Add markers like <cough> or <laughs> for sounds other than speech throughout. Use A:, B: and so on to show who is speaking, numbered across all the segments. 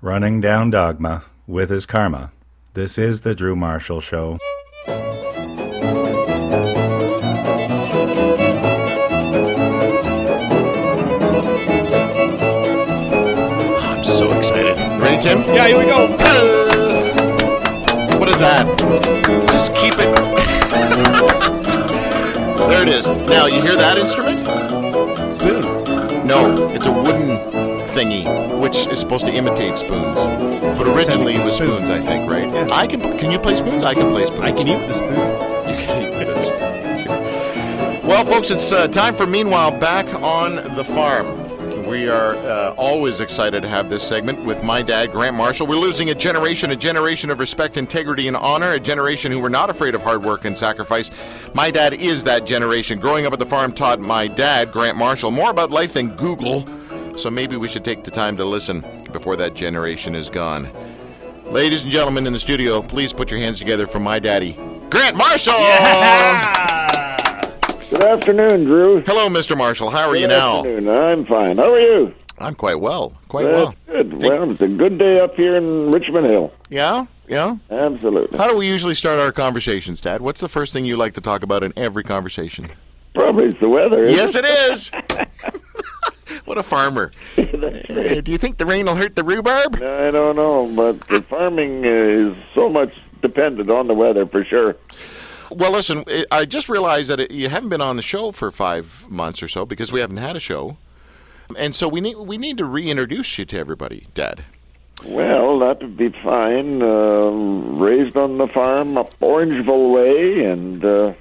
A: running down dogma with his karma. This is the Drew Marshall Show.
B: I'm so excited. Ready, Tim?
C: Yeah, here we go.
B: What is that? Just keep it. <laughs> there it is. Now, you hear that instrument?
C: Spoons.
B: No, it's a wooden thingy, which is supposed to imitate spoons. But originally it was spoons, I think, right?
C: Yeah.
B: I can. Can you play spoons? I can play spoons.
C: I can eat with a spoon.
B: <laughs> You can eat with a spoon. Well, folks, it's uh, time for Meanwhile Back on the Farm. We are uh, always excited to have this segment with my dad, Grant Marshall. We're losing a generation, a generation of respect, integrity, and honor, a generation who were not afraid of hard work and sacrifice. My dad is that generation. Growing up at the farm taught my dad, Grant Marshall, more about life than Google. So maybe we should take the time to listen before that generation is gone. Ladies and gentlemen in the studio, please put your hands together for my daddy, Grant Marshall!
D: Good afternoon, Drew.
B: Hello, Mr. Marshall. How are you
D: Good
B: now?
D: afternoon. I'm fine. How are you?
B: I'm quite well. Quite
D: That's
B: well.
D: good.
B: Think-
D: Well, it's a good day up here in Richmond Hill.
B: Yeah? Yeah?
D: Absolutely.
B: How do we usually start our conversations, Dad? What's the first thing you like to talk about in every conversation?
D: Probably it's the weather. isn't
B: yes, it is. <laughs> what a farmer. Uh, do you think the rain will hurt the rhubarb?
D: it? I don't know, but the farming is so much dependent on the weather for sure.
B: Well, listen, I- I just realized that it, you haven't been on the show for five months or so because we haven't had a show. And so we need we need to reintroduce you to everybody, Dad.
D: Well, that would be fine. Uh, raised on the farm up Orangeville Way and uh,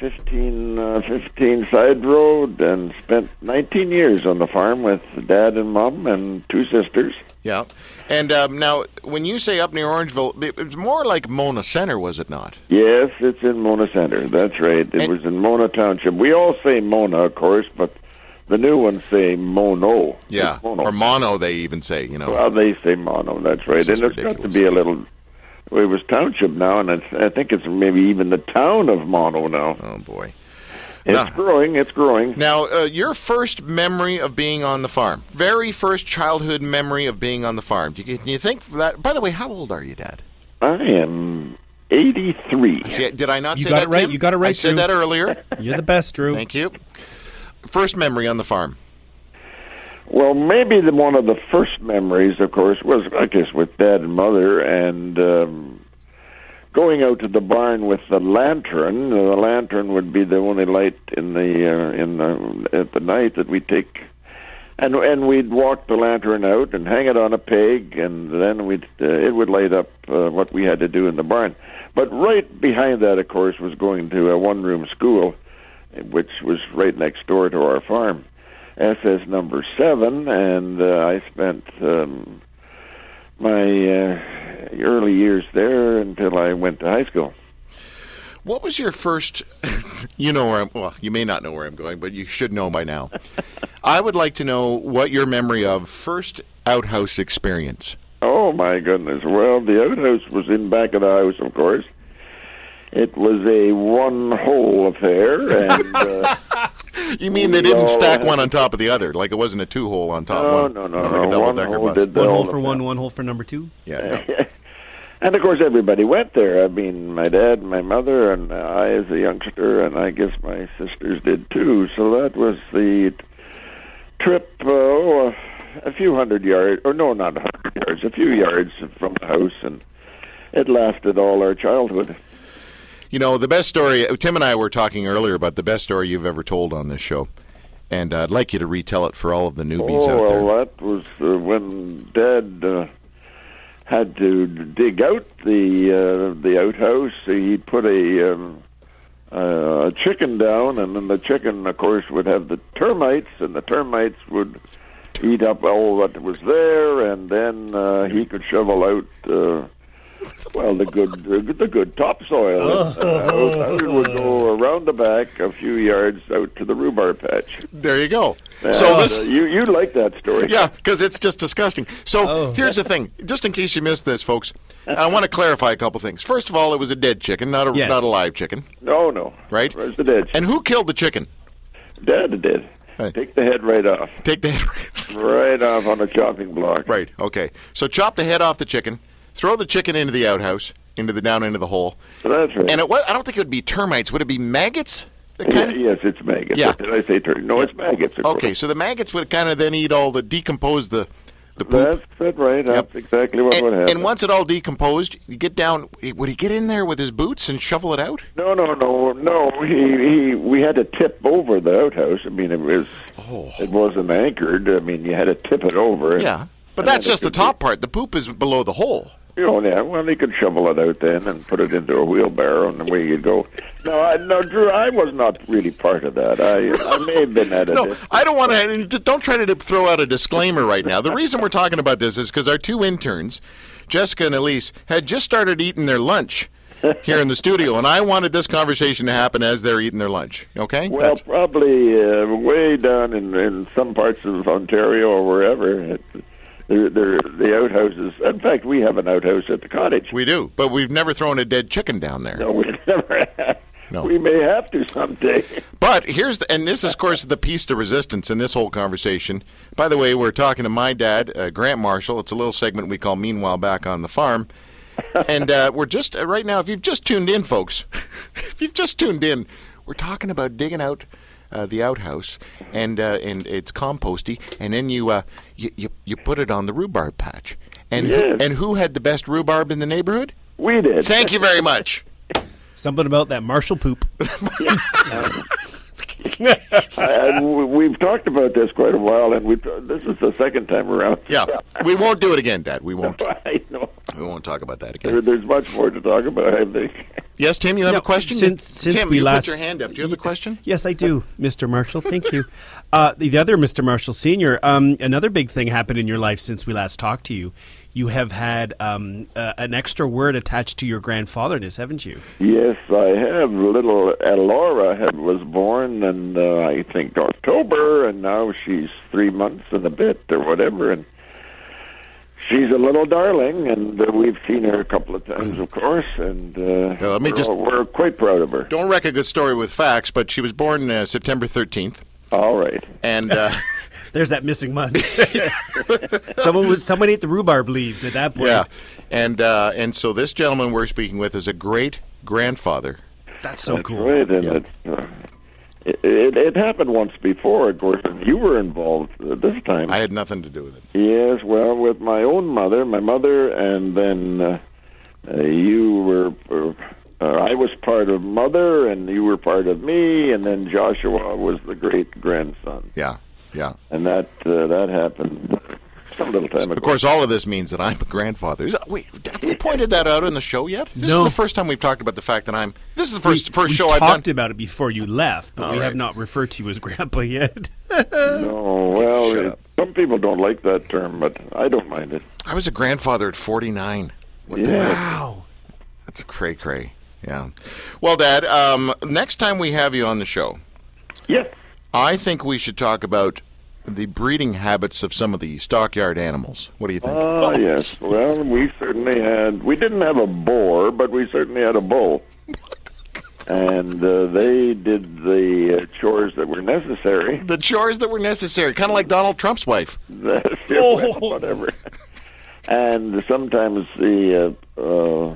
D: 15, uh, 15 Side Road and spent 19 years on the farm with Dad and Mom and two sisters.
B: Yeah. And um, now, when you say up near Orangeville, it was more like Mona Center, was it not?
D: Yes, it's in Mona Center. That's right. It
B: And-
D: was in Mona Township. We all say Mona, of course, but the new ones say Mono.
B: Yeah.
D: It's Mono.
B: Or mono, they even say, you know.
D: well, they say Mono. That's right.
B: This
D: and
B: is
D: it's got to
B: ridiculous.
D: be a little. Well, it was township now, and it's, I think it's maybe even the town of Mono now.
B: oh, boy.
D: It's
B: No.
D: growing. It's growing.
B: Now, uh, your first memory of being on the farm, very first childhood memory of being on the farm. Do you, can you think that? By the way, how old are you, Dad?
D: I am 83.
B: See, did I not
C: You
B: say
C: got
B: that?
C: it right,
B: Tim?
C: you got it right,
B: I said
C: Drew.
B: that
C: <laughs>
B: earlier.
C: You're the best, Drew.
B: Thank you. First memory on the farm.
D: Well, maybe the, one of the first memories, of course, was I guess with dad and mother, and um, going out to the barn with the lantern. Uh, The lantern would be the only light in the uh, in the at the night that we take, and and we'd walk the lantern out and hang it on a peg, and then we'd uh, it would light up uh, what we had to do in the barn. But right behind that, of course, was going to a one-room school, which was right next door to our farm. SS number seven, and uh, I spent um, my uh, early years there until I went to high school.
B: What was your first? <laughs> you know where I'm. Well, you may not know where I'm going, but you should know by now. I would like to know what your memory of first outhouse experience.
D: Oh my goodness! Well, the outhouse was in back of the house, of course. It was a one-hole affair, and uh,
B: You mean they
D: No,
B: didn't stack
D: I-
B: one on top of the other, like it wasn't a two hole on top
D: no,
B: one?
D: no, no,
B: or like a
D: no.
B: double
D: One
B: decker
D: hole
B: bus.
D: did the
C: One hole
D: whole
C: for
D: affair.
C: one, one hole for number two.
B: Yeah,
D: <laughs>
B: no.
D: And of course, everybody went there. I mean, my dad, my mother, and I as a youngster, and I guess my sisters did too. So that was the trip, uh, oh, a few hundred yards, or no, not a hundred yards, a few yards from the house, and it lasted all our childhood.
B: You know, the best story, Tim and I were talking earlier about the best story you've ever told on this show. And uh, I'd like you to retell it for all of the newbies
D: oh,
B: out there.
D: well, that was uh, when Dad uh, had to dig out the uh, the outhouse. He put a um, uh, a chicken down, and then the chicken, of course, would have the termites, and the termites would eat up all that was there, and then uh, he
B: Mm-hmm.
D: could shovel out. Uh, well, the good, the, the
B: <laughs>
D: good topsoil.
B: Oh.
D: And uh, the would go around the back a few yards out to the rhubarb patch.
B: There you go.
D: Uh,
B: so this,
D: you you like that story?
B: yeah, because it's just disgusting. So
C: Oh.
B: here's the thing, just in case you missed this, folks, I want to clarify a couple things. First of all, it was a dead chicken, not a
C: Yes.
B: not a live chicken,
D: No, no.
B: right?
D: Where's the dead?
B: And who killed the chicken?
D: Dad did. Take the head right off.
B: Take the head. <laughs>
D: Right off on a chopping block.
B: Right. Okay. So chop the head off the chicken. Throw the chicken into the outhouse, into the down into the hole.
D: That's right.
B: And it was, I don't think it would be termites. Would it be maggots? The
D: Yeah,
B: kind of-
D: yes, it's maggots.
B: Yeah.
D: Did I say turkey? No, it's maggots. Of
B: okay.
D: course.
B: So the maggots would kind of then eat all the decompose the the poop.
D: That's it, right. That's exactly what would
B: and,
D: happen.
B: and once it all decomposed, you get down. Would he get in there with his boots and shovel it out?
D: No, no, no, no. He, he, we had to tip over the outhouse. I mean, it was, it wasn't anchored. I mean, you had to tip it over.
B: Yeah, but
D: And
B: that's
D: then it
B: just the
D: could
B: top part. The poop is below the hole.
D: Be, you know, yeah. Well, he could shovel it out then and put it into a wheelbarrow, and away you'd go. No, I, no, Drew. I was not really part of that. I, I may have been at
B: <laughs>
D: a
B: No,
D: dis-
B: I don't want to. Don't try to throw out a disclaimer right now. The reason we're talking about this is because our two interns, Jessica and Elise, had just started eating their lunch here in the studio, and I wanted this conversation to happen as they're eating their lunch. Okay.
D: Well,
B: That's-
D: probably uh, way down in, in some parts of Ontario or wherever. It, they're, they're, the outhouses. In fact, we have an outhouse at the cottage. <laughs>
B: we do, but we've never thrown a dead chicken down there.
D: No, we never have.
B: No.
D: We may have to someday.
B: But here's the, and this is, of course, the piece to resistance in this whole conversation. By the way, we're talking to my dad, uh, Grant Marshall. It's a little segment we call "Meanwhile Back on the Farm," and uh, we're just uh, right now. If you've just tuned in, folks, <laughs> if you've just tuned in, we're talking about digging out uh, the outhouse, and uh, and it's composty, and then you, uh, you you you put it on the rhubarb patch, and
D: Yes.
B: who, and who had the best rhubarb in the neighborhood?
D: We did.
B: Thank you very much.
C: Something about that Marshall poop.
D: and we've talked about this quite a while, and we this is the second time around.
B: Yeah, we won't do it again, Dad. We won't.
D: <laughs> I know.
B: We won't talk about that again.
D: There, there's much more to talk about. I think.
B: Yes, Tim, you have
C: No,
B: a question.
C: since- since
B: Tim,
C: we
B: you
C: last-
B: put your hand up. Do you have a question?
C: Yes,
B: <laughs>
C: I do, Mr. Marshall. Thank you. Uh, the, the other Mr. Marshall Senior. Um, another big thing happened in your life since we last talked to you. You have had um, uh, an extra word attached to your grandfatherness, haven't you?
D: Yes, I have. Little Elora had, was born, and uh, I think October, and now she's three months and a bit or whatever, and she's a little darling, and uh, we've seen her a couple of times, of course, and uh,
B: Yeah, let me
D: we're,
B: just-
D: we're quite proud of her.
B: Don't wreck a good story with facts, but she was born uh, September 13th,
D: All right.
B: and
C: <laughs>
B: uh,
C: There's that missing
B: <laughs>
C: month. <laughs> someone was someone ate the rhubarb leaves at that point.
B: yeah, and uh, and so this gentleman we're speaking with is a great grandfather.
C: That's so cool.
D: Right, and it, uh, it, it it happened once before, of course. and You were involved uh, this time.
B: I had nothing to do with it.
D: yes, well, with my own mother, my mother, and then uh, uh, you were. Uh, uh, I was part of mother, and you were part of me, and then Joshua was the great grandson,
B: Yeah, yeah.
D: and that uh, that happened uh, some little time
B: Of
D: ago.
B: course, all of this means that I'm a grandfather. Is- Wait, have we pointed that out on the show yet? This
C: No.
B: is the first time we've talked about the fact that I'm. This is the
C: We-
B: first first
C: we
B: show I've
C: talked
B: done.
C: about it before you left, but
B: All
C: we
B: right.
C: have not referred to you as <laughs> Grandpa yet.
D: No, well,
B: Shut
D: it-
B: up.
D: some people don't like that term, but I don't mind it.
B: I was a grandfather at 49. What the
D: Yeah.
B: heck?
C: wow.
B: That's cray cray. Yeah. Well, Dad, um, next time we have you on the show,
D: Yes.
B: I think we should talk about the breeding habits of some of the stockyard animals. What do you think?
D: Ah, yes. Well, we certainly had. We didn't have a boar, but we certainly had a bull. And uh, they did the uh, chores that were necessary. <laughs>
B: the chores that were necessary, kind of like Donald Trump's wife.
D: Well,
B: Oh.
D: whatever. And sometimes the uh, uh,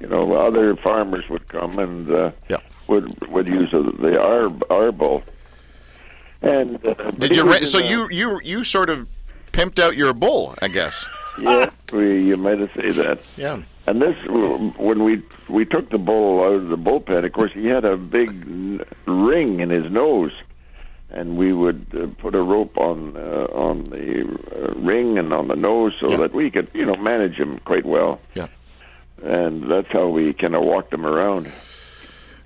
D: you know other farmers would come and uh,
B: Yeah.
D: would would use the, the our our bull. And uh,
B: Did you? Re- so you you you sort of pimped out your bull, I guess.
D: <laughs> yeah, we, you might have said that.
B: Yeah.
D: And this, when we we took the bull out of the bullpen, of course he had a big n- ring in his nose, and we would uh, put a rope on uh, on the uh, ring and on the nose so
B: Yeah.
D: that we could you know manage him quite well,
B: Yeah.
D: and that's how we kind of walked him around.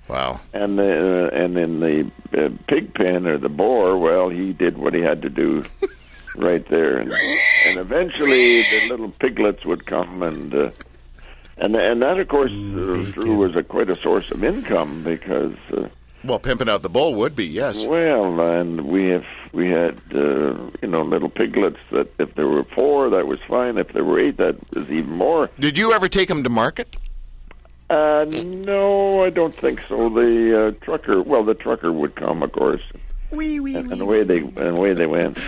B: Wow.
D: And the, uh, and in the uh, pig pen or the boar, well, he did what he had to do right there, and, and eventually the little piglets would come and. Uh, and, and that, of course, uh, Drew was a, quite a source of income because, uh,
B: Well, pimping out the bull would be yes.
D: well, and we have we had uh, you know little piglets that if there were four, that was fine. If there were eight, that was even more.
B: Did you ever take him to market?
D: Uh, no, I don't think so. The uh, trucker, well, the trucker would come, of course,
C: Wee wee.
D: and away they and away they went.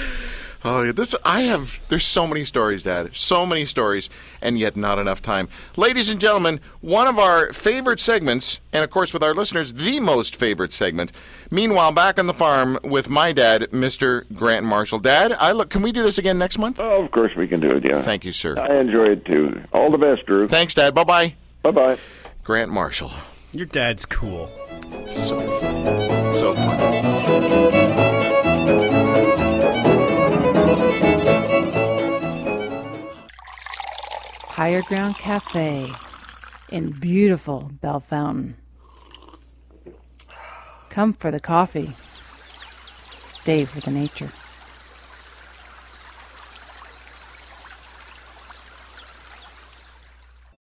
B: Oh, yeah, this I have. There's so many stories, Dad. So many stories, and yet not enough time. Ladies and gentlemen, one of our favorite segments, and of course with our listeners, the most favorite segment. Meanwhile, back on the farm with my dad, Mr. Grant Marshall. Dad, I look. Can we do this again next month?
D: Oh, of course we can do it. Yeah.
B: Thank you, sir.
D: I enjoy it too. All the best, Drew.
B: Thanks, Dad. Bye bye.
D: Bye bye.
B: Grant Marshall.
C: Your dad's cool.
B: So funny. So funny.
E: Higher Ground Cafe in beautiful Bell Fountain. Come for the coffee, stay for the nature.